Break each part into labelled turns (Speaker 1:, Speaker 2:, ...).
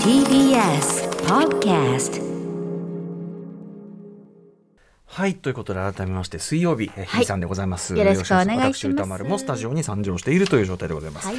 Speaker 1: TBS Podcast
Speaker 2: はいということで改めまして水曜日え日比さんでございます、
Speaker 1: よろしくお願いします
Speaker 2: 私歌丸もスタジオに参上しているという状態でございます、
Speaker 1: はい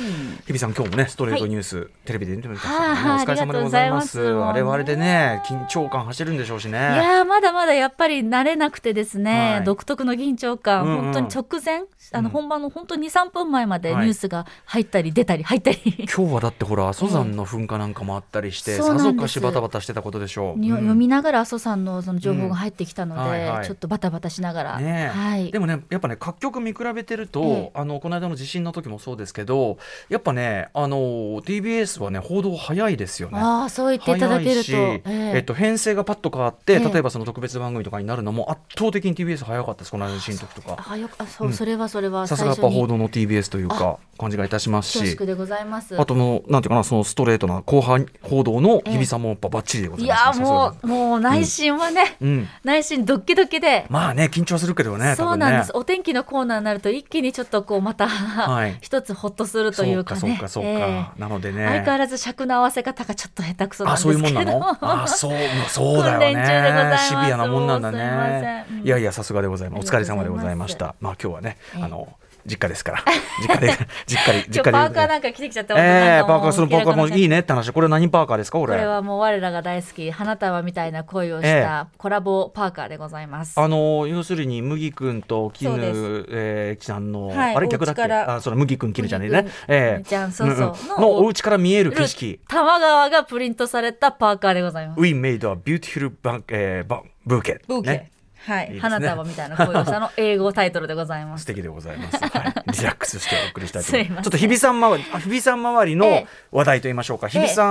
Speaker 2: 日比さん今日もねストレートニュース、テレビで見てみましたね
Speaker 1: はあ
Speaker 2: お疲れ様でございます
Speaker 1: ありがとうございます
Speaker 2: 我々でね緊張感走るんでしょうし
Speaker 1: い
Speaker 2: ね
Speaker 1: やーまだまだやっぱり慣れなくてですね、
Speaker 2: はい
Speaker 1: 独特の緊張感、
Speaker 2: うんうん
Speaker 1: 本当に直前あ
Speaker 2: う
Speaker 1: の
Speaker 2: ん
Speaker 1: 本番の本当に23分前までニ
Speaker 2: はい
Speaker 1: ュースが入ったり出たり入ったり、
Speaker 2: 今日はだってほら阿蘇山の噴火なんかもあったりし
Speaker 1: う
Speaker 2: て、
Speaker 1: んそう
Speaker 2: さ
Speaker 1: な
Speaker 2: ぞ
Speaker 1: ん
Speaker 2: か
Speaker 1: です
Speaker 2: しバタバタしてたことでしょう、
Speaker 1: に
Speaker 2: うん
Speaker 1: 読みながら阿蘇さんのその情報が入ってきたので、
Speaker 2: うんはいはい
Speaker 1: ちょっとバタバタしながら、
Speaker 2: ねえ
Speaker 1: はい
Speaker 2: でもねやっぱね各局見比べてると、
Speaker 1: ええ
Speaker 2: あのこの間の地震の時もそうですけどやっぱねあの TBS はね報道早いですよね。
Speaker 1: ああそう言っていただけると、
Speaker 2: 早いし
Speaker 1: え
Speaker 2: えっと、編成がパッと変わって、
Speaker 1: ええ
Speaker 2: 例えばその特別番組とかになるのも圧倒的に TBS 早かったですこの間の新時とか
Speaker 1: あよくあそう、
Speaker 2: うん
Speaker 1: それはそれは
Speaker 2: さ
Speaker 1: 最
Speaker 2: すがやっ
Speaker 1: 初に
Speaker 2: ぱ報道の TBS というか感じがいたします
Speaker 1: 恐
Speaker 2: し
Speaker 1: 縮でございます
Speaker 2: あともうなんていうかなそのストレートな後半報道の日比さんもやっぱバッチリでござ
Speaker 1: い
Speaker 2: い
Speaker 1: や
Speaker 2: ます
Speaker 1: ー
Speaker 2: ね、
Speaker 1: も
Speaker 2: さす
Speaker 1: うもう内心はね、
Speaker 2: がにうん、
Speaker 1: 内心ドッキドキで
Speaker 2: まあね緊張するけどね
Speaker 1: そうなんです。お天気のコーナーになると一気にちょっとこうまた、
Speaker 2: い
Speaker 1: 一つほっとする
Speaker 2: 多
Speaker 1: と
Speaker 2: 分ね
Speaker 1: い
Speaker 2: そう
Speaker 1: う
Speaker 2: か
Speaker 1: か
Speaker 2: そう
Speaker 1: ね。
Speaker 2: かそうか、
Speaker 1: え
Speaker 2: なので
Speaker 1: え
Speaker 2: ね
Speaker 1: 相変わらず尺の合わせ方がちょっと下手くそなん
Speaker 2: あ
Speaker 1: です
Speaker 2: そう
Speaker 1: け
Speaker 2: いう
Speaker 1: ど。
Speaker 2: もんな のあそうまあそうだよ
Speaker 1: 訓
Speaker 2: ね
Speaker 1: 練中でございます
Speaker 2: シビアなもんなんだ
Speaker 1: もうすいま
Speaker 2: ね
Speaker 1: せんうん
Speaker 2: いやいやさすがでございますお疲れ様でございましたまあ今日はねあの実家で すから実家で実家で
Speaker 1: 今
Speaker 2: 実
Speaker 1: 日
Speaker 2: 家
Speaker 1: パーカー
Speaker 2: で
Speaker 1: なんか着てきちゃった
Speaker 2: ええパーカーそのパーカーもいい
Speaker 1: ね。
Speaker 2: ねって話これ何パーカーですかこ
Speaker 1: これ
Speaker 2: れ
Speaker 1: はもう我らが大好き花束みたいな恋をし
Speaker 2: え
Speaker 1: たコラボパーカーでございます。
Speaker 2: あの要するに麦君と絹
Speaker 1: そうです
Speaker 2: えーきさんの
Speaker 1: はい
Speaker 2: あれ逆だっけ
Speaker 1: お家から
Speaker 2: あそれ麦君絹ちゃんで
Speaker 1: 麦
Speaker 2: ね
Speaker 1: 君
Speaker 2: え
Speaker 1: 絹
Speaker 2: え
Speaker 1: ちゃんそうそう
Speaker 2: うんうん
Speaker 1: の
Speaker 2: のお家から見える景色
Speaker 1: 多摩川がプリントされたパーカーでございます。
Speaker 2: We made a beautiful ban- えー ban- bouquet
Speaker 1: ブーケ、
Speaker 2: ね
Speaker 1: はい
Speaker 2: いですね
Speaker 1: 花束みたいな恋をしたの英語タイトルでございます
Speaker 2: 素。 敵でございます。 はい、リラックスしてお送りしたいと思
Speaker 1: す
Speaker 2: います。ちょ
Speaker 1: いません
Speaker 2: っと日比さん周り、あ日比さん周り
Speaker 1: え
Speaker 2: の
Speaker 1: え
Speaker 2: 話題と言いましょうか。
Speaker 1: え
Speaker 2: 日比さ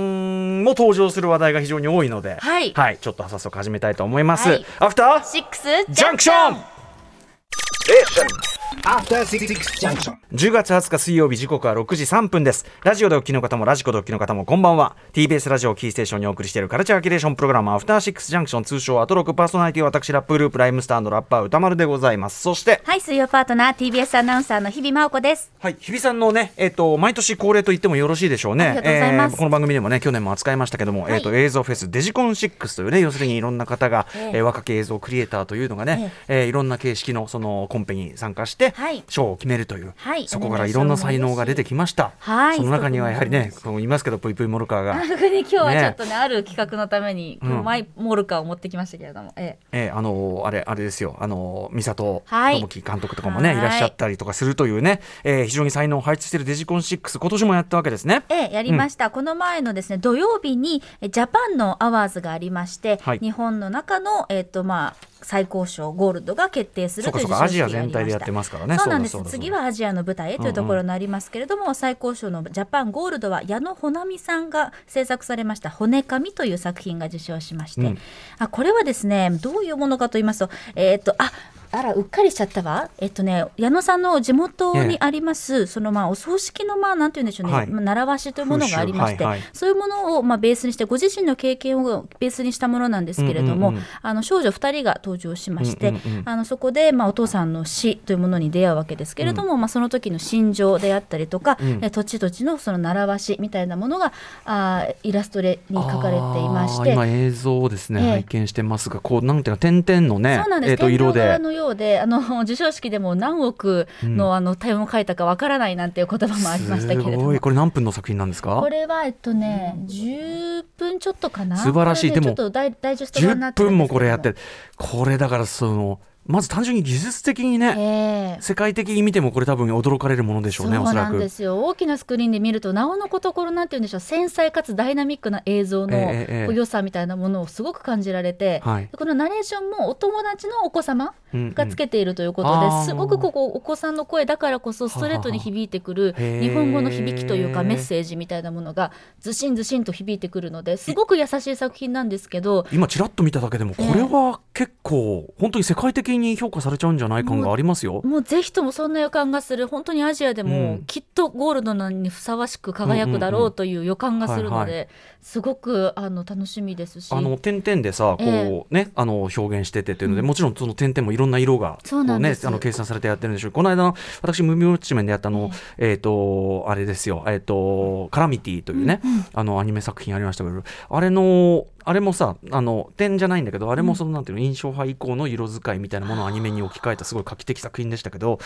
Speaker 2: んも登場する話題が非常に多いので、
Speaker 1: はい
Speaker 2: ちょっと早速始めたいと思います。
Speaker 1: はい
Speaker 2: アフター
Speaker 1: シックス
Speaker 2: ジャンクション
Speaker 3: After Six Junction.
Speaker 2: 10月20日水曜日時刻は6時3分ですラジオでお聞きの方もラジコでお聞きの方もこんばんは TBS ラジオをキーステーションにお送りしているカルチャーキュレーションプログラムアフターシックスジャンクション通称アトロクパーソナリティは私ラップグループライムスターのラッパー歌丸でございますそして
Speaker 1: はい、水曜パートナー TBS アナウンサーの日々真央子です。
Speaker 2: はい、日比さんのね、えっ、と、毎年恒例と言ってもよろしいでしょうね。
Speaker 1: ありがとうございます
Speaker 2: えーこの番組でもね、去年も扱いましたけども、
Speaker 1: い
Speaker 2: えっ、と、映像フェスデジコン6というね、要するにいろんな方が、え
Speaker 1: ええ
Speaker 2: ー若き映像クリエイターというのがね、えーいろんな形式のそのコンペに参加して、
Speaker 1: はい
Speaker 2: 賞を決めるという、
Speaker 1: はい
Speaker 2: そこからいろんな才能が出てきました。
Speaker 1: はい
Speaker 2: その中にはやはりね、こう言いますけど、ぷいぷいモルカーが、
Speaker 1: 特に今日は
Speaker 2: ね
Speaker 1: ちょっとね、ある企画のために、
Speaker 2: うん
Speaker 1: マイモルカーを持ってきましたけれども。ええ
Speaker 2: えーあのーあれ、あれですよ、あのー、美里
Speaker 1: はい
Speaker 2: 智樹監督とかもね、、
Speaker 1: はいい
Speaker 2: らっしゃったりとかするというね、えー非常に才能を輩出しているデジコン6、今年もやったわけですね。
Speaker 1: ええ、やりました、この前のですね土曜日にえジャパンのアワーズがありまして、
Speaker 2: はい
Speaker 1: 日本の中の、えっとまあ、最高賞ゴールドが決定する
Speaker 2: そうか
Speaker 1: という
Speaker 2: そう
Speaker 1: 授
Speaker 2: か、
Speaker 1: 賞
Speaker 2: ア
Speaker 1: 式
Speaker 2: ジ
Speaker 1: が
Speaker 2: ア
Speaker 1: ありまし
Speaker 2: 全
Speaker 1: た
Speaker 2: 体でやってますからね。
Speaker 1: そうなんで
Speaker 2: だ
Speaker 1: す
Speaker 2: だだ
Speaker 1: 次はアジアの舞台へというところになりますけれども、最高賞のジャパンゴールドは矢野穂奈美さんが制作されました「骨神」という作品が受賞しまして、
Speaker 2: うん
Speaker 1: あこれはですねどういうものかと言いますとえーっとああらうっかりしちゃったわ、えっとね、矢野さんの地元にあります、そのまあお葬式のまあなんて言うんでしょうね、
Speaker 2: はい
Speaker 1: まあ習わしというものがありまして、
Speaker 2: 風習はいはい
Speaker 1: そういうものをまあベースにしてご自身の経験をベースにしたものなんですけれども、
Speaker 2: うんうんうん
Speaker 1: あの少女2人が登場しまして、
Speaker 2: うんうんうん
Speaker 1: あのそこで、まあ、お父さんの死というものに出会うわけですけれども、まあ、その時の心情であったりとか、
Speaker 2: うん
Speaker 1: え土地土地のその習わしみたいなものがあーイラストレに書かれていまして
Speaker 2: あー。今映像をですね、
Speaker 1: ええ
Speaker 2: 拝見してますが、こうなんていうか点々のね
Speaker 1: そうなん、です、
Speaker 2: えっ、と
Speaker 1: 天
Speaker 2: 色
Speaker 1: 井
Speaker 2: で
Speaker 1: 側。のようであの 授賞式でも何億の,、あの体温を書いたかわからないなんていう言葉もありましたけれ
Speaker 2: す
Speaker 1: ど
Speaker 2: ご
Speaker 1: も
Speaker 2: い、これ何分の作品なんですか
Speaker 1: こ？れはえっとね10分ちょっとかな
Speaker 2: 素晴らしい
Speaker 1: これね
Speaker 2: でも
Speaker 1: ちょっとダイダイジェスト版
Speaker 2: 十
Speaker 1: になってるんで
Speaker 2: 分も
Speaker 1: すけど
Speaker 2: これやってる、これだからそのまず単純に技術的にね、
Speaker 1: ええ
Speaker 2: 世界的に見てもこれ多分驚かれるものでしょうね、お
Speaker 1: そう
Speaker 2: そ
Speaker 1: な
Speaker 2: ら
Speaker 1: んで
Speaker 2: く。
Speaker 1: すよ大きなスクリーンで見るとなおのこところなんて言うんでしょう繊細かつダイナミックな映像の
Speaker 2: ええええ
Speaker 1: こう良さみたいなものをすごく感じられて、
Speaker 2: はい
Speaker 1: このナレーションもお友達のお子様
Speaker 2: うんうん
Speaker 1: がつけているということで、
Speaker 2: あー
Speaker 1: すごくここお子さんの声だからこそストレートに響いてくる
Speaker 2: はははへー
Speaker 1: 日本語の響きというかメッセージみたいなものがずしんずしんと響いてくるのですごく優しい作品なんですけど
Speaker 2: 今ちらっと見ただけでもこれは結構本当に世界的に評価されちゃうんじゃない感がありますよ。
Speaker 1: もうぜひともそんな予感がする本当にアジアで
Speaker 2: う
Speaker 1: も
Speaker 2: ん
Speaker 1: きっとゴールドなのにふさわしく輝くだろうという予感がするの
Speaker 2: はいは
Speaker 1: で、すごくあの楽しみですし。
Speaker 2: あの点々でさこう、
Speaker 1: え
Speaker 2: ね、あの表現しててっていうので、もちろんその点々もいろんな色が
Speaker 1: そうなんです
Speaker 2: こうね、あの計算されてやってるんでしょうこの間の私無名ウォッチメンでやったあの、えっ、とあれですよ、えっと「カラミティ」というね、あのアニメ作品ありましたけどあれのあれもさあの点じゃないんだけどあれもその、なんていうの印象派以降の色使いみたいなものをアニメに置き換えたすごい画期的作品でしたけど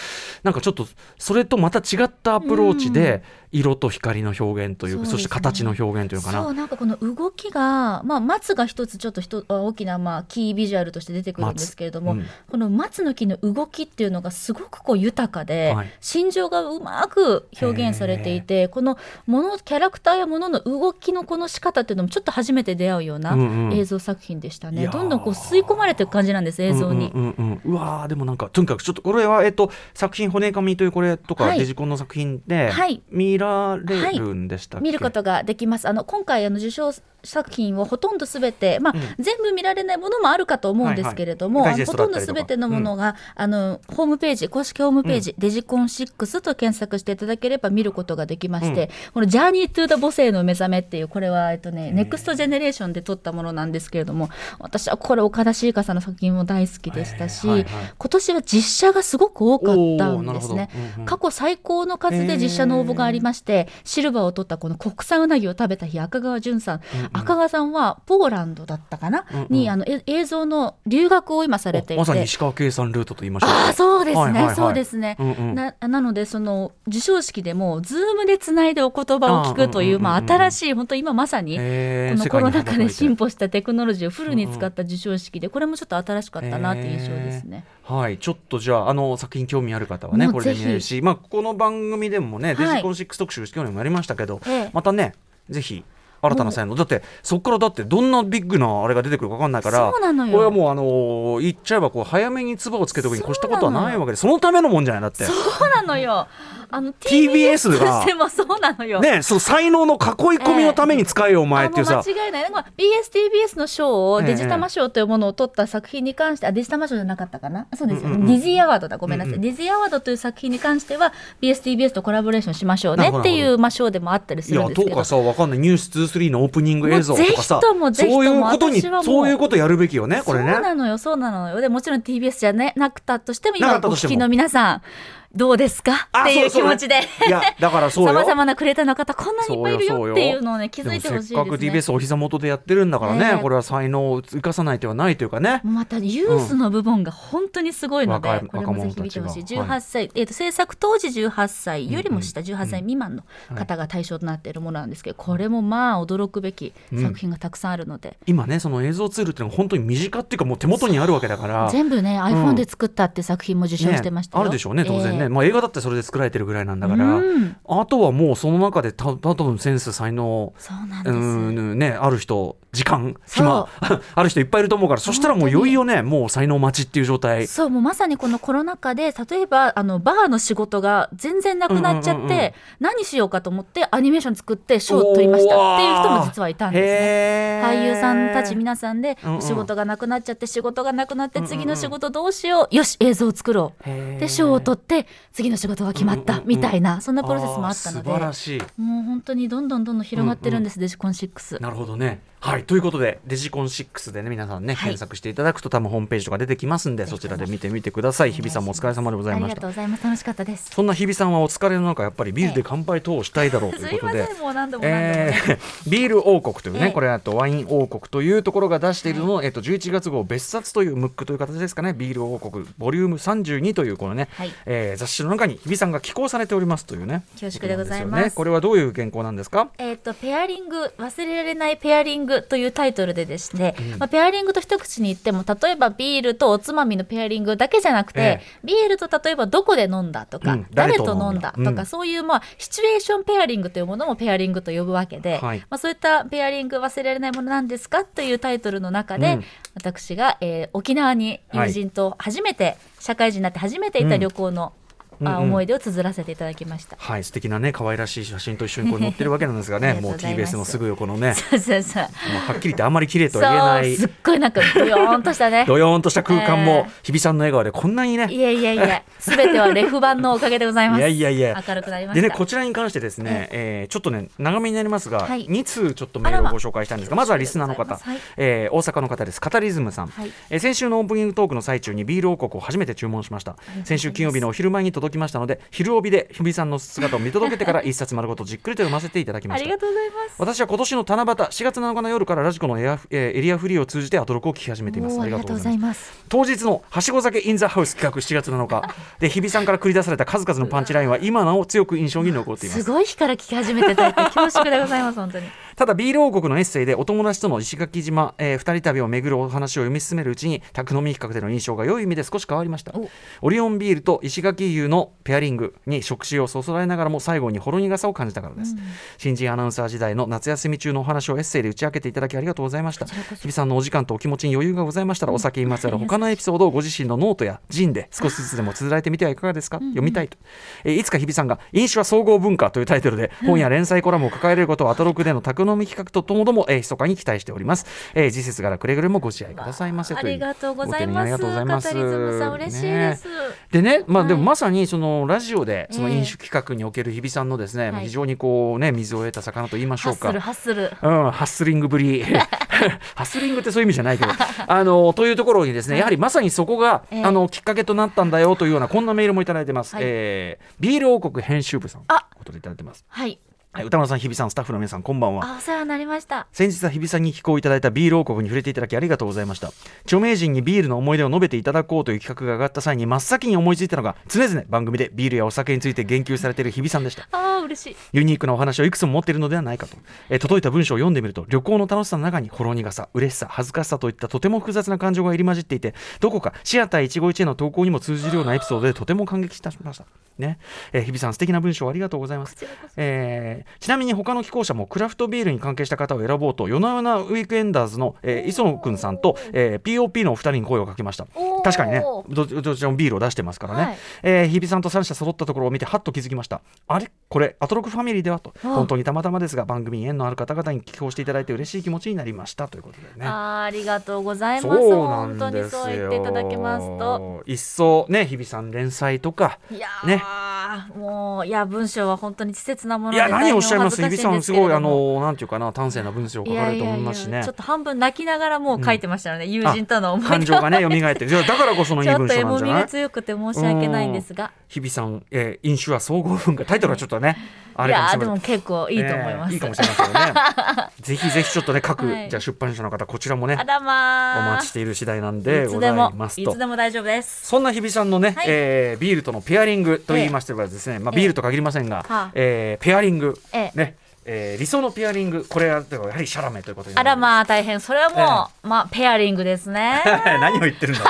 Speaker 2: なんかちょっとそれとまた違ったアプローチで、色と光の表現というかそ
Speaker 1: そうですね
Speaker 2: して形の表現というかな
Speaker 1: そうなんかこの動きが、まあ、松が一つちょっと一つあ大きなまあキービジュアルとして出てくるんですけれども、
Speaker 2: 松うん
Speaker 1: この松の木の動きっていうのがすごくこう豊かで、
Speaker 2: はい
Speaker 1: 心情がうまく表現されていてこのものキャラクターやものの動きのこの仕方っていうのもちょっと初めて出会うような
Speaker 2: うんうん
Speaker 1: 映像作品でしたね、
Speaker 2: いやー
Speaker 1: どんどんこう吸い込まれていく感じなんです映像に。
Speaker 2: うんうんうんうんうわーでもなんかとにかくちょっとこれは、えっと、作品「骨紙」というこれとか、
Speaker 1: はい
Speaker 2: デジコンの作品で
Speaker 1: はい
Speaker 2: 見られるんでしたっけ、
Speaker 1: 見ることができます。あの今回あの受賞作品をほとんどすべて、まあ、全部見られないものもあるかと思うんですけれども、
Speaker 2: はいはい
Speaker 1: あのほとんどすべてのものが、あのホームページ公式ホームページ、デジコン6と検索していただければ見ることができまして、このジャーニートゥーダ母性の目覚めっていうこれはえっとね、ネクストジェネレーションで撮ったものなんですけれども、私はこれ岡田シーカさんの作品も大好きでしたし、
Speaker 2: へーはいはい
Speaker 1: 今年は実写がすごく多かったんですね
Speaker 2: おーなるほどうんうん。
Speaker 1: 過去最高の数で実写の応募がありまして、シルバーを取ったこの国産うなぎを食べた日赤川淳さん、赤川さんはポーランドだったかな、
Speaker 2: うんうん
Speaker 1: にあのえ映像の留学を今されていて
Speaker 2: まさに石川圭さんルートと言いましょうか
Speaker 1: ああそうですね、
Speaker 2: はいはいはい
Speaker 1: そうですね、
Speaker 2: うんうん
Speaker 1: ななのでその授賞式でもズームでつないでお言葉を聞くという
Speaker 2: あーうんうんうんうん
Speaker 1: まあ、新しい本当今まさに、
Speaker 2: へ
Speaker 1: こ
Speaker 2: ー
Speaker 1: のコ
Speaker 2: 世界
Speaker 1: ロ
Speaker 2: に
Speaker 1: ナ
Speaker 2: 羽
Speaker 1: 禍
Speaker 2: ばたい
Speaker 1: で
Speaker 2: て
Speaker 1: 進歩したテクノロジーをフルに使った授賞式で、これもちょっと新しかったなという印象ですね。
Speaker 2: はい、ちょっとじゃああの作品興味ある方はね
Speaker 1: もう
Speaker 2: これで見れる
Speaker 1: ぜ
Speaker 2: し、まあ、この番組でも
Speaker 1: は
Speaker 2: ね、
Speaker 1: い
Speaker 2: デジコン6特集去年もやりましたけど、
Speaker 1: ええ
Speaker 2: またねぜひ新たな才能だってそこからだってどんなビッグなあれが出てくるか分かんないから
Speaker 1: そうなのよ
Speaker 2: これはもうあのー言っちゃえばこう早めに唾をつけておくに越したことはないわけでそのためのもんじゃないだって
Speaker 1: そうなのよ。あの
Speaker 2: TBS
Speaker 1: TBS
Speaker 2: が
Speaker 1: としてもそうなのよ。
Speaker 2: ねその才能の囲い込みのために使えよお前
Speaker 1: あ
Speaker 2: ってい
Speaker 1: も
Speaker 2: う
Speaker 1: う
Speaker 2: さ、
Speaker 1: 間違いない、まあ、BSTBS の賞を
Speaker 2: ええ
Speaker 1: デジタマ賞というものを取った作品に関して、あデジタマ賞じゃなかったかなそうですよ、ね
Speaker 2: うんうんうん
Speaker 1: ディズニーアワードだごめんなさい、ディズニーアワードという作品に関しては BSTBS とコラボレーションしましょう
Speaker 2: な
Speaker 1: ね
Speaker 2: るほど
Speaker 1: っていう、まあ、賞でもあったりす
Speaker 2: い
Speaker 1: るん
Speaker 2: や
Speaker 1: です
Speaker 2: と
Speaker 1: けど
Speaker 2: かさわかんない「ニュース2 3のオープニング映像とかさ
Speaker 1: もうぜひともぜひと
Speaker 2: そ
Speaker 1: も
Speaker 2: ういうことに
Speaker 1: 私はもう
Speaker 2: そういうことやるべきよねこれね。
Speaker 1: そうなのよそうなのよでもちろん TBS じゃ、ね、なくたとしても
Speaker 2: な
Speaker 1: 今
Speaker 2: か
Speaker 1: お
Speaker 2: ったとして
Speaker 1: 聞
Speaker 2: も
Speaker 1: きの皆さんどうですか
Speaker 2: あ
Speaker 1: っていう気
Speaker 2: そうそう
Speaker 1: 持ちで。
Speaker 2: いやだからそう
Speaker 1: さ
Speaker 2: よ
Speaker 1: まざまなクレーターの方こんなにいっぱいいる
Speaker 2: そう
Speaker 1: よ
Speaker 2: よ
Speaker 1: っていうのをね気づいてほしい
Speaker 2: でもせっかく
Speaker 1: ですね。
Speaker 2: TBS お膝元でやってるんだからね、
Speaker 1: ねえ
Speaker 2: これは才能を生かさない手はないというかね。
Speaker 1: またユースの部分が本当にすごいので、
Speaker 2: 若い
Speaker 1: これもぜひ見てほしい
Speaker 2: 若者たちが
Speaker 1: 18歳、えー、と制作当時18歳よりも下18歳未満の方が対象となっているものなんですけどこれもまあ驚くべき作品がたくさんあるので、
Speaker 2: 今ねその映像ツールっていうのは本当に身近っていうかもう手元にあるわけだから。
Speaker 1: 全部ね iPhone で作ったっていう作品も受賞してました
Speaker 2: ね
Speaker 1: よ、
Speaker 2: あるでしょうね当然ね、
Speaker 1: えー
Speaker 2: まあ、映画だってそれで作られてるぐらいなんだから、
Speaker 1: うん
Speaker 2: あとはもうその中でた多分センス才能
Speaker 1: そうなん
Speaker 2: う
Speaker 1: です、
Speaker 2: んねある人時間
Speaker 1: そう
Speaker 2: 暇 ある人いっぱいいると思うからそしたらもういよいよねもう才能待ちっていう状態
Speaker 1: そうもうまさにこのコロナ禍で例えばあのバーの仕事が全然なくなっちゃって、
Speaker 2: うんうんうんうん
Speaker 1: 何しようかと思ってアニメーション作って賞を取りましたっていう人も実はいたんですね。
Speaker 2: ね
Speaker 1: 俳優さんたち皆さんで
Speaker 2: うんうん
Speaker 1: 仕事がなくなっちゃって仕事がなくなって
Speaker 2: うんうん
Speaker 1: 次の仕事どうしようよし映像を作ろう
Speaker 2: へー
Speaker 1: で賞を取って次の仕事が決まっ
Speaker 2: うん
Speaker 1: た
Speaker 2: うんうん
Speaker 1: みたいなそんなプロセスもあったので
Speaker 2: あー素晴ら
Speaker 1: も
Speaker 2: しいう
Speaker 1: 本当にどんどんどんどん広がってるんですデジコン6。
Speaker 2: なるほどね。はい。ということで、デジコン6でね、皆さんね、
Speaker 1: はい
Speaker 2: 検索していただくと、多分ホームページとか出てきますんで、そちらで見てみてください。日比さんもお疲れ様でござ
Speaker 1: あ
Speaker 2: い
Speaker 1: り
Speaker 2: ま
Speaker 1: が
Speaker 2: し
Speaker 1: と
Speaker 2: た。
Speaker 1: うございます楽しかったです。
Speaker 2: そんな日比さんはお疲れの中、やっぱりビールで乾杯等をしたいだろうと
Speaker 1: すい
Speaker 2: いうこと
Speaker 1: ま
Speaker 2: で。
Speaker 1: せんもう何度も何度も
Speaker 2: え
Speaker 1: ね。
Speaker 2: ービール王国というね、
Speaker 1: ええ
Speaker 2: これあとワイン王国というところが出しているのを、えっと11月号別冊というムックという形ですかねビール王国ボリューム32というこのね、
Speaker 1: はい
Speaker 2: えー雑誌の中に日比さんが寄稿されておりますというね
Speaker 1: 恐縮でございます
Speaker 2: ことなんでよねこれはどういう原稿なんですか
Speaker 1: えっとペアリング忘れられないペアリングというタイトルでですね、まあ、ペアリングと一口に言っても例えばビールとおつまみのペアリングだけじゃなくて、
Speaker 2: ええ
Speaker 1: ビールと例えばどこで飲んだとか、
Speaker 2: うん誰
Speaker 1: 誰と
Speaker 2: と飲
Speaker 1: 飲
Speaker 2: ん
Speaker 1: ん
Speaker 2: だ
Speaker 1: だ
Speaker 2: う
Speaker 1: と
Speaker 2: ん
Speaker 1: か、そういうまあシチュエーションペアリングというものもペアリングと呼ぶわけで、
Speaker 2: はい
Speaker 1: まあ、そういったペアリング忘れられないものなんですかというタイトルの中
Speaker 2: う
Speaker 1: で、
Speaker 2: ん
Speaker 1: 私が、えー沖縄に友人と初めて、社会人になって初めて行った旅行の、あ思い出を綴らせていただきました。
Speaker 2: はい、素敵なね、可愛らしい写真と一緒にこれ載ってるわけなんですが
Speaker 1: あ
Speaker 2: ね、
Speaker 1: りがと
Speaker 2: も
Speaker 1: う
Speaker 2: う
Speaker 1: ございます
Speaker 2: TBS のすぐ横のね、
Speaker 1: そうそうそう。
Speaker 2: もうはっきり言ってあんまり綺麗とは言えない。
Speaker 1: そうすっごいなんかドヨーンとしたね
Speaker 2: どよーんとした空間
Speaker 1: え
Speaker 2: も
Speaker 1: ー、
Speaker 2: 日比さんの笑顔でこんなにね、
Speaker 1: いやいやいや、すべてはレフ版のおかげでございます。
Speaker 2: いやいやいや
Speaker 1: 明るくなりまし
Speaker 2: で
Speaker 1: た。
Speaker 2: ね、こちらに関してですね、えーちょっとね、長めになりますが、
Speaker 1: はい
Speaker 2: 2通ちょっとメールをご紹介したいんですが、
Speaker 1: あらま
Speaker 2: まずはリスナーの
Speaker 1: ありが
Speaker 2: 方
Speaker 1: とうございます、
Speaker 2: えー大阪の方です、カタリズムさん、
Speaker 1: はい
Speaker 2: えー先週のオープニングトークの最中にビール王国を初めて注文しました。先週金曜日のお昼前に届きましたので、昼帯で日比さんの姿を見届けてから一冊丸ごとじっくりと読ませていただきま
Speaker 1: あ
Speaker 2: し
Speaker 1: り
Speaker 2: た
Speaker 1: が。とうございます。
Speaker 2: 私は今年の七夕4月7日の夜からラジコのエアフ、えーエリアフリーを通じてアトロクを聞き始めています。
Speaker 1: おー
Speaker 2: ありがとうございます。
Speaker 1: ます。
Speaker 2: 当日のはしご酒インザハウス企画7月7日 で日比さんから繰り出された数々のパンチラインは今なお強く印象に残っています
Speaker 1: す ごい日から聞き始めてたって恐縮でございます、本当に。
Speaker 2: ただビール王国のエッセイでお友達との石垣島、えー二人旅を巡るお話を読み進めるうちに宅飲み企画での印象が良い意味で少し変わりました
Speaker 1: お
Speaker 2: オリオンビールと石垣牛のペアリングに食事をそそられながらも最後にほろ苦さを感じたからです、新人アナウンサー時代の夏休み中のお話をエッセイで打ち明けていただきありがとうございました
Speaker 1: ちらこそ
Speaker 2: 日比さんのお時間とお気持ちに余裕がございましたらお酒にまつわる他のエピソードをご自身のノートやジンで少しずつでも綴られてみてはいかがですか読みたいと、えーいつか日比さんが「飲酒は総合文化」というタイトルで本や連載コラムを抱えることをアトロクでの宅飲み企画とともども、えー、密かに期待しております、えー、次節からくれぐれもご自愛くださいませ
Speaker 1: あ
Speaker 2: という
Speaker 1: りがとうござ
Speaker 2: 提
Speaker 1: い
Speaker 2: 言あ
Speaker 1: ま
Speaker 2: り
Speaker 1: す。
Speaker 2: がとうございます
Speaker 1: カタリズムさん、嬉しいです。
Speaker 2: でね、まあ、
Speaker 1: はい
Speaker 2: でもまさにそのラジオでその
Speaker 1: ええ
Speaker 2: 飲酒企画における日比さんのですね、
Speaker 1: はい
Speaker 2: 非常にこうね水を得た魚と言いまし
Speaker 1: ハ
Speaker 2: ょ
Speaker 1: ッ
Speaker 2: うか
Speaker 1: スル、ハッスル。
Speaker 2: うん、ハッスリングぶりハッスリングってそういう意味じゃないけどあのというところにですねやはりまさにそこが、
Speaker 1: ええ
Speaker 2: あのきっかけとなったんだよというようなこんなメールもいただいてます、
Speaker 1: はい
Speaker 2: えービール王国編集部さん
Speaker 1: あ
Speaker 2: ことでいただいてます
Speaker 1: はい。
Speaker 2: はい歌丸さん日比さんスタッフの皆さんこんばんは
Speaker 1: あ、お世話になりました。
Speaker 2: 先日は日比さんに寄稿いただいたビール王国に触れていただきありがとうございました著名人にビールの思い出を述べていただこうという企画が上がった際に真っ先に思いついたのが常々番組でビールやお酒について言及されている日比さんでした
Speaker 1: ああ、嬉しい。
Speaker 2: ユニークなお話をいくつも持っているのではないかと、えー届いた文章を読んでみると旅行の楽しさの中にほろ苦さ嬉しさ恥ずかしさといったとても複雑な感情が入り混じっていてどこかシアター一期一会の投稿にも通じるようなエピソードでとても感激いたしました、ねえー日比さん素敵な文章ありがとうございます
Speaker 1: ちらこそ
Speaker 2: えーちなみに他の寄稿者もクラフトビールに関係した方を選ぼうと夜な夜なウィークエンダーズの、えー磯野くんさんと、えー POP のお二人に声をかけました
Speaker 1: おー
Speaker 2: 確かにねどどちらもビールを出してますからね、
Speaker 1: はい
Speaker 2: えー日比さんと三者揃ったところを見てはっと気づきましたあれこれアトロクファミリーではと
Speaker 1: ああ
Speaker 2: 本当にたまたまですが番組に縁のある方々に寄稿していただいて嬉しい気持ちになりましたということでね
Speaker 1: あーありがとうございます。
Speaker 2: そう
Speaker 1: 本
Speaker 2: な
Speaker 1: 当
Speaker 2: んで
Speaker 1: に
Speaker 2: す
Speaker 1: そう言
Speaker 2: よ
Speaker 1: っていただけますと。
Speaker 2: 一層ね日比さん連載とか
Speaker 1: いや
Speaker 2: ね
Speaker 1: ー、もう、いや、文章は本当に稚拙なもの
Speaker 2: い
Speaker 1: で。
Speaker 2: や何をおっしゃいます
Speaker 1: 大変
Speaker 2: 日比
Speaker 1: お
Speaker 2: さん
Speaker 1: 恥ず
Speaker 2: す
Speaker 1: かし
Speaker 2: ごいあ
Speaker 1: んですけれども
Speaker 2: のなんていうかな端正な文章を書かれると思いますしね
Speaker 1: いやいやいやちょっと半分泣きながらもう書いてましたよね、友人との思い出を
Speaker 2: 感情がね蘇ってじゃあだからこそのいい
Speaker 1: ちょ
Speaker 2: 文
Speaker 1: っと
Speaker 2: 章
Speaker 1: え
Speaker 2: なん
Speaker 1: も
Speaker 2: じ
Speaker 1: み
Speaker 2: ゃな
Speaker 1: が
Speaker 2: い
Speaker 1: 強くて申し訳ないんですが。
Speaker 2: 日比さん、えー飲酒は総合文化タイトルはちょっとねあれかもし
Speaker 1: や
Speaker 2: れ
Speaker 1: で
Speaker 2: ま
Speaker 1: も
Speaker 2: せん
Speaker 1: 結構いいと思います。
Speaker 2: えーいいかもしれません よねぜひぜひちょっとね各、
Speaker 1: はい
Speaker 2: じゃあ出版社の方こちらもね
Speaker 1: あら
Speaker 2: お
Speaker 1: まあ。
Speaker 2: 待ちしている次第なんで
Speaker 1: いつ
Speaker 2: ご
Speaker 1: で
Speaker 2: ざい
Speaker 1: も
Speaker 2: ます
Speaker 1: い
Speaker 2: と
Speaker 1: つ。でも大丈夫です。
Speaker 2: そんな日比さんのね、
Speaker 1: はい
Speaker 2: えービールとのペアリングと言いましてはですね、まあ、
Speaker 1: ええ
Speaker 2: ビールと限りませんが、
Speaker 1: はあ
Speaker 2: えーペアリング、
Speaker 1: ええ
Speaker 2: ねえー理想のペアリングこれはやはりシャラメということにな
Speaker 1: あ
Speaker 2: ります
Speaker 1: らまあ大変それはもう、まあペアリングです ね。
Speaker 2: 何を言ってるんだ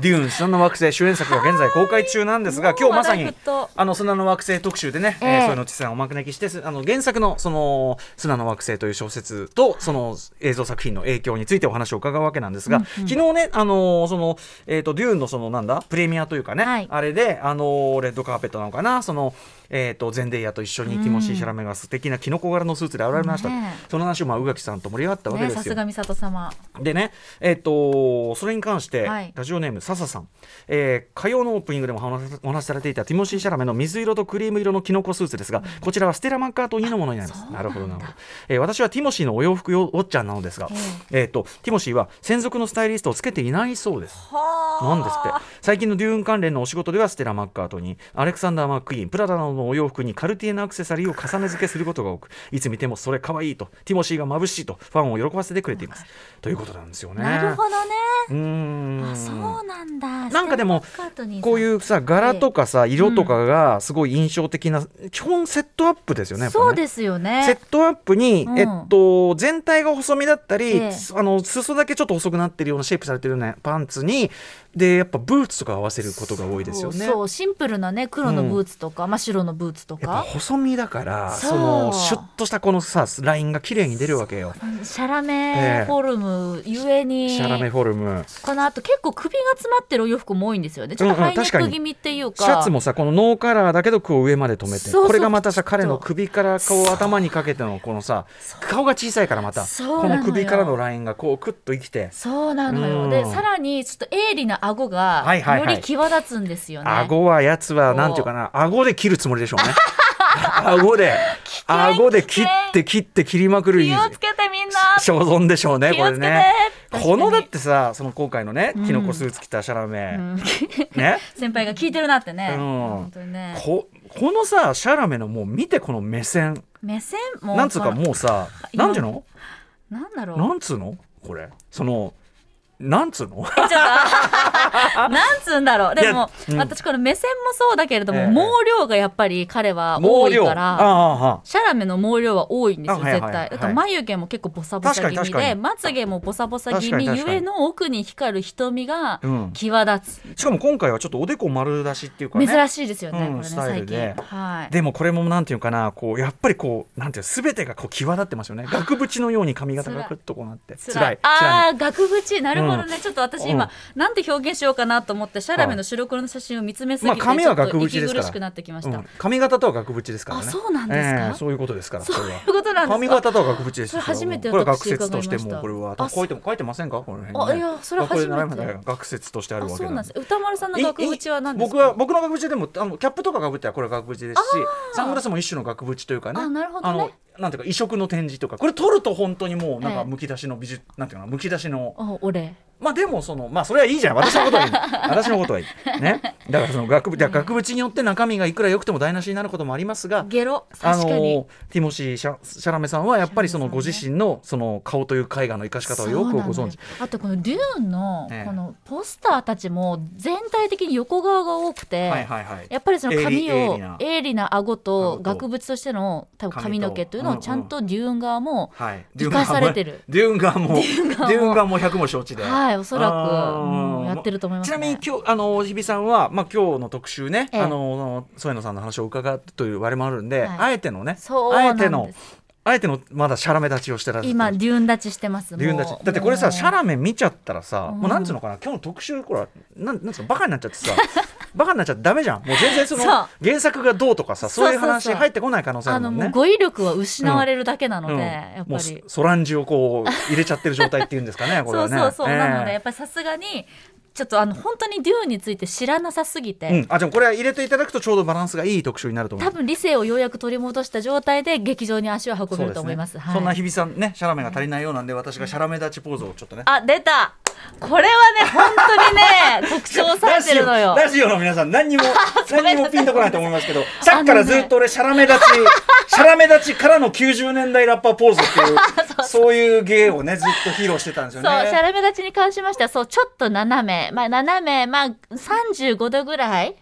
Speaker 2: デューン砂の惑星主演作が現在公開中なんですが
Speaker 1: はい
Speaker 2: 今日まさ
Speaker 1: もう話題
Speaker 2: に
Speaker 1: 沸騰
Speaker 2: あの砂の惑星特集でね、え
Speaker 1: え
Speaker 2: ー
Speaker 1: え
Speaker 2: そういうのちさんをお招きしてすあの原作のその砂の惑星という小説とその映像作品の影響についてお話を伺うわけなんですが、昨日ねあのーそのえっ、とデューンのそのなんだプレミアというかね、
Speaker 1: はい
Speaker 2: あれであのーレッドカーペットなのかなそのえっ、とゼンデイヤと一緒にティモシー・シャラメが素敵なキノコ柄のスーツで現れました、
Speaker 1: ねえ
Speaker 2: その話をまあ宇垣さんと盛り上がったわけ
Speaker 1: ね
Speaker 2: ですよ。
Speaker 1: さすが美里様。
Speaker 2: でね、えっとそれに関して、
Speaker 1: はい
Speaker 2: ラジオネーム笹さん、えー火曜のオープニングでもお話お話しされていたティモシー・シャラメの水色とクリーム色のキノコスーツですがこちらはステラ・マッカートニーのものになりますなるほどなるほど、えー私はティモシーのお洋服よウォッチャーなのですが、えっとティモシーは専属のスタイリストをつけていないそうですなんですって最近のデューン関連のお仕事ではステラ・マッカートニーアレクサンダー・マックイーンプラダなどのお洋服にカルティエのアクセサリーを重ね付けすることが多くいつ見てもそれ可愛いとティモシーが眩しいとファンを喜ばせてくれていますということなんですよね。
Speaker 1: なるほどね。
Speaker 2: うーん
Speaker 1: あそうなんだ。
Speaker 2: なんかでも
Speaker 1: ステラマッカートニーさん
Speaker 2: こういうさ柄とかさ色とかがすごい印象的な、基本セットアップですよねやっぱね
Speaker 1: そうですよ
Speaker 2: セッ
Speaker 1: ね。
Speaker 2: トアップに、
Speaker 1: うん
Speaker 2: えっと、全体が細身だったり、
Speaker 1: ええ
Speaker 2: すあの裾だけちょっと細くなってるようなシェイプされてるようなパンツにでやっぱブーツとか合わせることが多いですよね。
Speaker 1: そうシンプルなね黒のブーツとか、真っ白のブーツと
Speaker 2: やっぱ
Speaker 1: か
Speaker 2: 細身だから
Speaker 1: そ
Speaker 2: そうのシュッとしたこのさラインが綺麗に出るわけよ。
Speaker 1: シャラメフォルムゆえに、
Speaker 2: シャラメフォルム
Speaker 1: このあと結構首が詰まってるお洋服も多いんですよねちょっと
Speaker 2: うんう
Speaker 1: ハ
Speaker 2: ん
Speaker 1: イネ
Speaker 2: 確か
Speaker 1: ック
Speaker 2: に
Speaker 1: 気味っていう
Speaker 2: シ
Speaker 1: か、
Speaker 2: ャツもさこのノーカラーだけどこう上まで止めて
Speaker 1: そうそう
Speaker 2: これがまたさ
Speaker 1: きっと
Speaker 2: 彼の首からこう頭にかけてのこのさ顔が小さいからまた
Speaker 1: そう
Speaker 2: こ
Speaker 1: なのよ
Speaker 2: の首からのラインがこうクッと生きて
Speaker 1: そうなのよ、
Speaker 2: うん
Speaker 1: でさらにちょっと鋭利な顎が
Speaker 2: はいはい
Speaker 1: よ
Speaker 2: はい
Speaker 1: り際立つんですよね、
Speaker 2: 顎はやつはなんていうかな顎で切るつもりでしょ うね顎で顎で切って切って切りまくる
Speaker 1: 気をつけてみんな
Speaker 2: 所存でしょうね
Speaker 1: 気
Speaker 2: こ
Speaker 1: を
Speaker 2: れ
Speaker 1: つけて
Speaker 2: ね。
Speaker 1: 確かに
Speaker 2: このだってさその今回のね
Speaker 1: ん
Speaker 2: キノコスーツ着たシャラメ、
Speaker 1: うん
Speaker 2: ね
Speaker 1: 先輩が聞いてるなってね、
Speaker 2: うん
Speaker 1: 本当にね
Speaker 2: ここのさシャラメのもう見てこの目線
Speaker 1: 目線も
Speaker 2: なんつうか
Speaker 1: この
Speaker 2: もうさ
Speaker 1: 今
Speaker 2: なんていうの
Speaker 1: なんだろう
Speaker 2: なんつうのこれそのなん つうの
Speaker 1: ちょっと なんつうんだろうでも、
Speaker 2: いやうん
Speaker 1: 私この目線もそうだけれども、
Speaker 2: ええ
Speaker 1: 毛量がやっぱり彼は多
Speaker 2: 毛
Speaker 1: い
Speaker 2: 量
Speaker 1: か
Speaker 2: あ
Speaker 1: ら
Speaker 2: あああ
Speaker 1: シャラメの毛量は多いんですよ
Speaker 2: あ
Speaker 1: 絶
Speaker 2: はいは
Speaker 1: 対、
Speaker 2: いはい
Speaker 1: だから眉毛も結構ボサボサ
Speaker 2: 確
Speaker 1: 気
Speaker 2: か
Speaker 1: 味
Speaker 2: に確か
Speaker 1: で
Speaker 2: に
Speaker 1: まつげもボサボサ気
Speaker 2: 確
Speaker 1: 味
Speaker 2: かに確
Speaker 1: ゆ
Speaker 2: かに
Speaker 1: えの奥に光る瞳が
Speaker 2: うん
Speaker 1: 際立つ、
Speaker 2: しかも今回はちょっとおでこ丸出しっていうかね
Speaker 1: 珍しいですよね、
Speaker 2: うん
Speaker 1: これね
Speaker 2: スタイ
Speaker 1: 最
Speaker 2: ル
Speaker 1: 近
Speaker 2: で
Speaker 1: はい
Speaker 2: でもこれもなんていうかなこうやっぱりこうなんていうすべてがこう際立ってますよね額縁のように髪型がくっとこうなって
Speaker 1: 辛
Speaker 2: つらい辛
Speaker 1: ああ、額縁、なるほどね。ちょっと私今、なんて表現しようかなと思って、シャラメの白黒の写真を見つめすぎて、
Speaker 2: まあ髪は額縁
Speaker 1: ちょっと
Speaker 2: ですか
Speaker 1: 息
Speaker 2: ら
Speaker 1: 苦しくなってきまし
Speaker 2: い、う
Speaker 1: た。
Speaker 2: ん、髪型とは額縁ですからね
Speaker 1: あそうなんですか
Speaker 2: ええそういうことですから
Speaker 1: そう
Speaker 2: れ
Speaker 1: い
Speaker 2: は
Speaker 1: うことなんですか
Speaker 2: 髪型とは額縁ですよ
Speaker 1: それ初めて
Speaker 2: これは学
Speaker 1: 私
Speaker 2: 説として
Speaker 1: 伺いまし
Speaker 2: も
Speaker 1: た
Speaker 2: これは
Speaker 1: あ
Speaker 2: 書いても書いてませんかこの辺
Speaker 1: あいやそれは初めて
Speaker 2: 学説としてある
Speaker 1: あ
Speaker 2: わけ
Speaker 1: そうな
Speaker 2: な
Speaker 1: んん
Speaker 2: で
Speaker 1: です歌丸さんの額縁は何ですか
Speaker 2: 僕は僕の額縁でもあのキャップとかかぶってはこれ額縁ですしサングラスも一種の額縁というかね
Speaker 1: あなるほどね
Speaker 2: あのなんていうか異色の展示とかこれ取ると本当にもうなん
Speaker 1: ええ
Speaker 2: かむき出しの美術なんていうかなむき出しの
Speaker 1: あ俺
Speaker 2: まあでもそのまあそれはいいじゃん私のこと はいい私のことはいいねだからその額縁だから額縁によって中身がいくら良くても台無しになることもありますが
Speaker 1: ゲロ
Speaker 2: あ
Speaker 1: 確
Speaker 2: の
Speaker 1: かに、
Speaker 2: ティモシーシャ・シャラメさんはやっぱりその
Speaker 1: シャ
Speaker 2: ご
Speaker 1: ラメさんね
Speaker 2: 自身のその顔という絵画の生かし方をよくご存知
Speaker 1: そうなのよあとこのデューンの
Speaker 2: ええ
Speaker 1: このポスターたちも全体的に横側が多くて、
Speaker 2: はいはいはい
Speaker 1: やっぱりその髪
Speaker 2: 鋭
Speaker 1: を
Speaker 2: 利鋭利な
Speaker 1: 鋭利な顎と
Speaker 2: 顎と
Speaker 1: 額縁としての多分髪の毛というのを
Speaker 2: 髪と
Speaker 1: ちゃんとデューン側も
Speaker 2: はい
Speaker 1: 生かされてる
Speaker 2: デューンガーもデュ
Speaker 1: ガーも
Speaker 2: ーンガーも100も承知で
Speaker 1: はいおそら
Speaker 2: あ
Speaker 1: く、
Speaker 2: ー
Speaker 1: うんやってると思います、
Speaker 2: ち
Speaker 1: ね、
Speaker 2: なみに今日あの日比さんはまあ今日の特集ね
Speaker 1: ええ
Speaker 2: あの添野さんの話を伺うという我々もあるん
Speaker 1: は
Speaker 2: で
Speaker 1: い
Speaker 2: あえてのね
Speaker 1: そう
Speaker 2: あ
Speaker 1: な
Speaker 2: え
Speaker 1: んです
Speaker 2: てのあえてのまだシャラメ立ちをしてらっしゃる
Speaker 1: 今デューン立ちしてます
Speaker 2: 理由だし
Speaker 1: もう
Speaker 2: だってこれ
Speaker 1: も
Speaker 2: さ
Speaker 1: う
Speaker 2: シャラメ見ちゃったらさ、
Speaker 1: うん
Speaker 2: もうなんつうのかな今日の特集これなんなんつうのバカになっちゃってさバカになっちゃってダメじゃんもう全然その
Speaker 1: そう
Speaker 2: 原作がどうとかさ
Speaker 1: そう
Speaker 2: そ
Speaker 1: そう
Speaker 2: うい
Speaker 1: そうう
Speaker 2: 話入ってこない可能性あ
Speaker 1: あ
Speaker 2: るも
Speaker 1: の
Speaker 2: ん
Speaker 1: もう
Speaker 2: ね。
Speaker 1: 語彙力は失われるだけなので、
Speaker 2: うん
Speaker 1: やっ
Speaker 2: も
Speaker 1: ぱ
Speaker 2: う
Speaker 1: り
Speaker 2: ソランジをこう入れちゃってる状態っていうんですか ねこれ
Speaker 1: そ
Speaker 2: は
Speaker 1: う
Speaker 2: ね。
Speaker 1: そうそう、
Speaker 2: ええ
Speaker 1: なのでやっぱりさすがにちょっとあの本当にデューンについて知らなさすぎて、
Speaker 2: うん、あじゃあこれは入れていただくとちょうどバランスがいい特集になると思う
Speaker 1: 多分理性をようやく取り戻した状態で劇場に足を運べると思います
Speaker 2: そうで
Speaker 1: は
Speaker 2: ね
Speaker 1: い
Speaker 2: そんな日比さんねシャラメが足りないようなんで私がシャラメ立ちポーズをちょっとね
Speaker 1: あ出たこれはね本当にね 特徴されてるのよ
Speaker 2: ラジオラジオの皆さん何 にも何にもピンとこないと思いますけどさっきからずっと俺シャラ メ立ちシャラメ立ちからの90年代ラッパーポーズ っていうそういう芸をねずっと披露してたんですよ
Speaker 1: そう
Speaker 2: ね
Speaker 1: シャラメ立ちに関しましてはそうちょっと斜めまあ斜めまあ35度ぐらい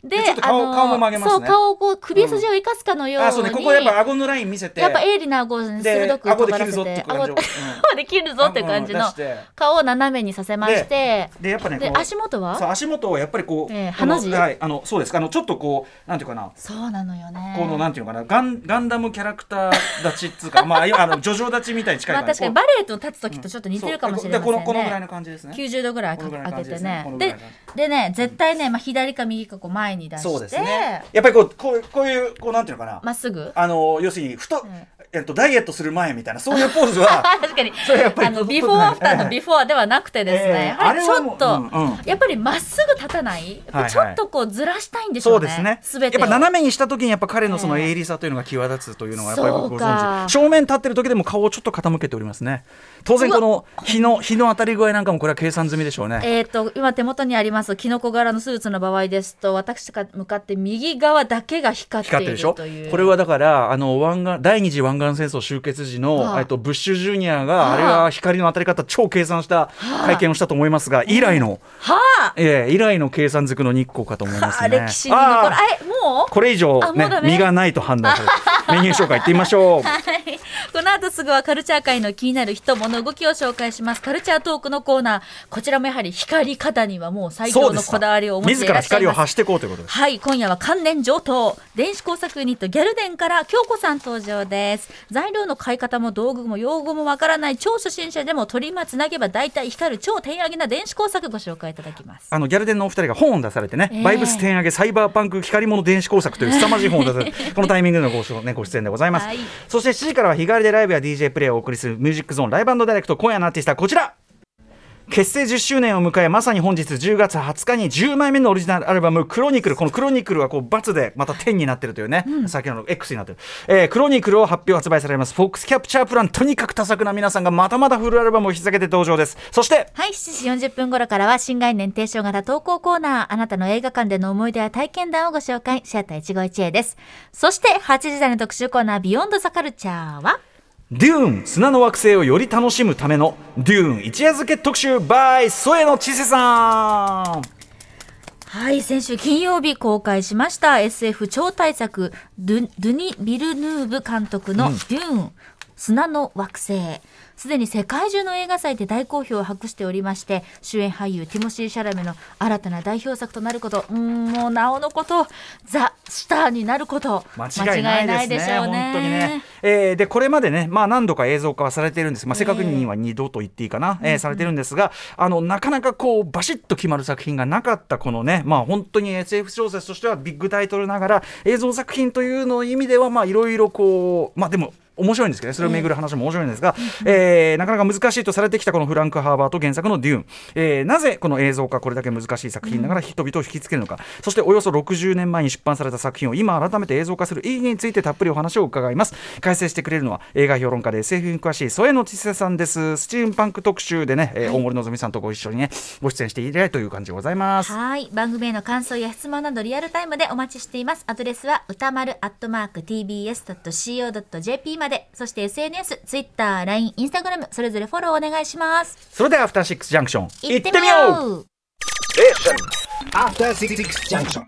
Speaker 1: で
Speaker 2: でちょっと顔
Speaker 1: あの
Speaker 2: 顔も曲げます
Speaker 1: そう
Speaker 2: ね
Speaker 1: 顔をこう首筋を生かすかのように、
Speaker 2: あそうねここやっぱ顎のライン見せて
Speaker 1: やっぱ鋭利な顎を
Speaker 2: で
Speaker 1: 鋭く
Speaker 2: 顎で
Speaker 1: 尖ら
Speaker 2: 切る
Speaker 1: せ
Speaker 2: ぞってい
Speaker 1: て
Speaker 2: う
Speaker 1: 顎
Speaker 2: 感
Speaker 1: で
Speaker 2: じを、
Speaker 1: こうできるぞって 感じの
Speaker 2: うん出して
Speaker 1: 顔を斜めにさせまして
Speaker 2: でやっぱね
Speaker 1: で
Speaker 2: こう
Speaker 1: 足元
Speaker 2: そう
Speaker 1: は
Speaker 2: 足元をやっぱりこう、
Speaker 1: ええ
Speaker 2: この
Speaker 1: ハの字
Speaker 2: はいあのそうですあのちょっとこうなんていうかな
Speaker 1: そうなのよね
Speaker 2: このなんていうのかなガンガンダムキャラクター立ちっつうかまああのジョジョ立ちみたいに近い
Speaker 1: まあ
Speaker 2: 感
Speaker 1: 確
Speaker 2: じ
Speaker 1: かにバレエと立つ時とちょっと似てるかもしれません
Speaker 2: そうでこのこのぐらい
Speaker 1: ね
Speaker 2: の感じですね
Speaker 1: 90度ぐらい
Speaker 2: このぐら
Speaker 1: 開
Speaker 2: いの
Speaker 1: け
Speaker 2: 感じで
Speaker 1: て
Speaker 2: すね
Speaker 1: ね
Speaker 2: このぐら
Speaker 1: で
Speaker 2: いの感
Speaker 1: でね絶対ね、まあ、左か右かこう前に出して
Speaker 2: そうですね。やっぱりこう、こういう、こういう、こうなんていうのかな。
Speaker 1: まっすぐ
Speaker 2: あの、要するに、ふと、
Speaker 1: ん
Speaker 2: えっと、ダイエットする前みたいな、そういうポーズは。
Speaker 1: 確かに
Speaker 2: それやっぱり
Speaker 1: あのビフォーアフターのビフォーではなくてですね、
Speaker 2: ええ
Speaker 1: やはりちょっと、
Speaker 2: あれはもううんうん
Speaker 1: やっぱりまっすぐ立たないやっぱちょっとこうずらしたいんでしょ
Speaker 2: そううで
Speaker 1: ね,、
Speaker 2: すね。
Speaker 1: べ
Speaker 2: やって
Speaker 1: を
Speaker 2: ぱ斜めにした時に、やっぱ彼のその
Speaker 1: ええ
Speaker 2: 鋭利さというのが際立つというのが、やっぱり僕ご
Speaker 1: そうか
Speaker 2: 存知。正面立ってる時でも、顔をちょっと傾けておりますね。当然、この日の、日の当たり具合なんかも、これは計算済みでしょうね。
Speaker 1: えー、と今手元にありますキノコ柄のスーツの場合ですと私が向かって右側だけが光って
Speaker 2: 光っ
Speaker 1: いる
Speaker 2: てるでしょ
Speaker 1: という
Speaker 2: これはだからあの湾岸第二次湾岸戦争終結時
Speaker 1: は
Speaker 2: の
Speaker 1: あ
Speaker 2: えっとブッシュジュニアが
Speaker 1: あ
Speaker 2: あれが光の当たり方超計算した会見をしたと思いますが以来の
Speaker 1: はあ、
Speaker 2: ええ以来の計算づくの日光かと思います
Speaker 1: はあ、
Speaker 2: ね。
Speaker 1: 歴史に残る
Speaker 2: あー
Speaker 1: あえもう
Speaker 2: これ以上
Speaker 1: あもう
Speaker 2: ね
Speaker 1: ダメ
Speaker 2: 身がないと判断される。メニュー紹介いってみましょう。
Speaker 1: はいこの後すぐはカルチャー界の気になる人物動きを紹介しますカルチャートークのコーナーこちらもやはり光り方にはもう最強のこだわりをお持ち
Speaker 2: 自
Speaker 1: でいら
Speaker 2: ら
Speaker 1: っしゃい
Speaker 2: 光を
Speaker 1: ます
Speaker 2: 発していこうということです。
Speaker 1: はい、今夜は関連上等。電子工作ユニットギャルデンから京子さん登場です。材料の買い方も道具も用語もわからない超初心者でも取りまつなげば大体光る超手上げな電子工作ご紹介いただきます。
Speaker 2: あのギャルデンのお二人が本を出されてね、
Speaker 1: ええ
Speaker 2: バイブス点上げサイバーパンク光り物電子工作 という凄まじい本を出されてこのタイミングでのご,、ね、ご出演でございます、
Speaker 1: はい
Speaker 2: そして7時からは日帰りでライブや DJ プレイをお送りするミュージックゾーンライブダイレクト今夜のアーティストはこちら結成10周年を迎えまさに本日10月20日に10枚目のオリジナルアルバム「クロニクル」この「クロニクル」はこう×でまた点になってるというね、先ほどの X になってる、えークロニクル」を発表発売されます「フォックスキャプチャープラン」とにかく多作な皆さんがまたまたフルアルバムを引き下げて登場ですそして
Speaker 1: はい、7時40分頃からは新概念提唱型投稿コーナー、あなたの映画館での思い出や体験談をご紹介、シアター一期一会です。そして8時台の特集コーナー、ビヨンドザカルチャーは
Speaker 2: デューン砂の惑星をより楽しむためのデューン一夜漬け特集 by 添野千世さん
Speaker 1: はい、先週金曜日公開しました SF 超大作ドゥ、ドゥニ・ビルヌーブ監督のデューン、砂の惑星。すでに世界中の映画祭で大好評を博しておりまして、主演俳優ティモシー・シャラメの新たな代表作となること、うーん、もうなおのこと、ザ・スターになること、
Speaker 2: 間違いないですね
Speaker 1: 間違い
Speaker 2: 本当にね、えーでこれまでね、まあ、何度か映像化はされてるんです、まあ、正確には2度と言っていいかな、えーされてるんですがあのなかなかこうバシッと決まる作品がなかったこのね、まあ、本当に SF 小説としてはビッグタイトルながら映像作品というの意味ではまあいろいろこうまあでも面白いんですけどねそれをめぐる話も面白いんですが、えーなかなか難しいとされてきたこのフランク・ハーバーと原作の「デューン」えーなぜこの映像化これだけ難しい作品ながら人々を引きつけるのか、そしておよそ60年前に出版された作品を今改めて映像化する意義についてたっぷりお話を伺います解説してくれるのは映画評論家で SF に詳しい添野千世さんですスチームパンク特集でね、えー大森のぞみさんとご一緒にねご出演して以来という感じでございます
Speaker 1: はい番組への感想や質問などリアルタイムでお待ちしていますアドレスは歌丸アットマーク tbs.co.jp までそして SNS、Twitter、LINE、Instagram それぞれフォローお願いします
Speaker 2: それではアフターシックスジャンクション
Speaker 1: 行ってみよう
Speaker 3: After Six Junction.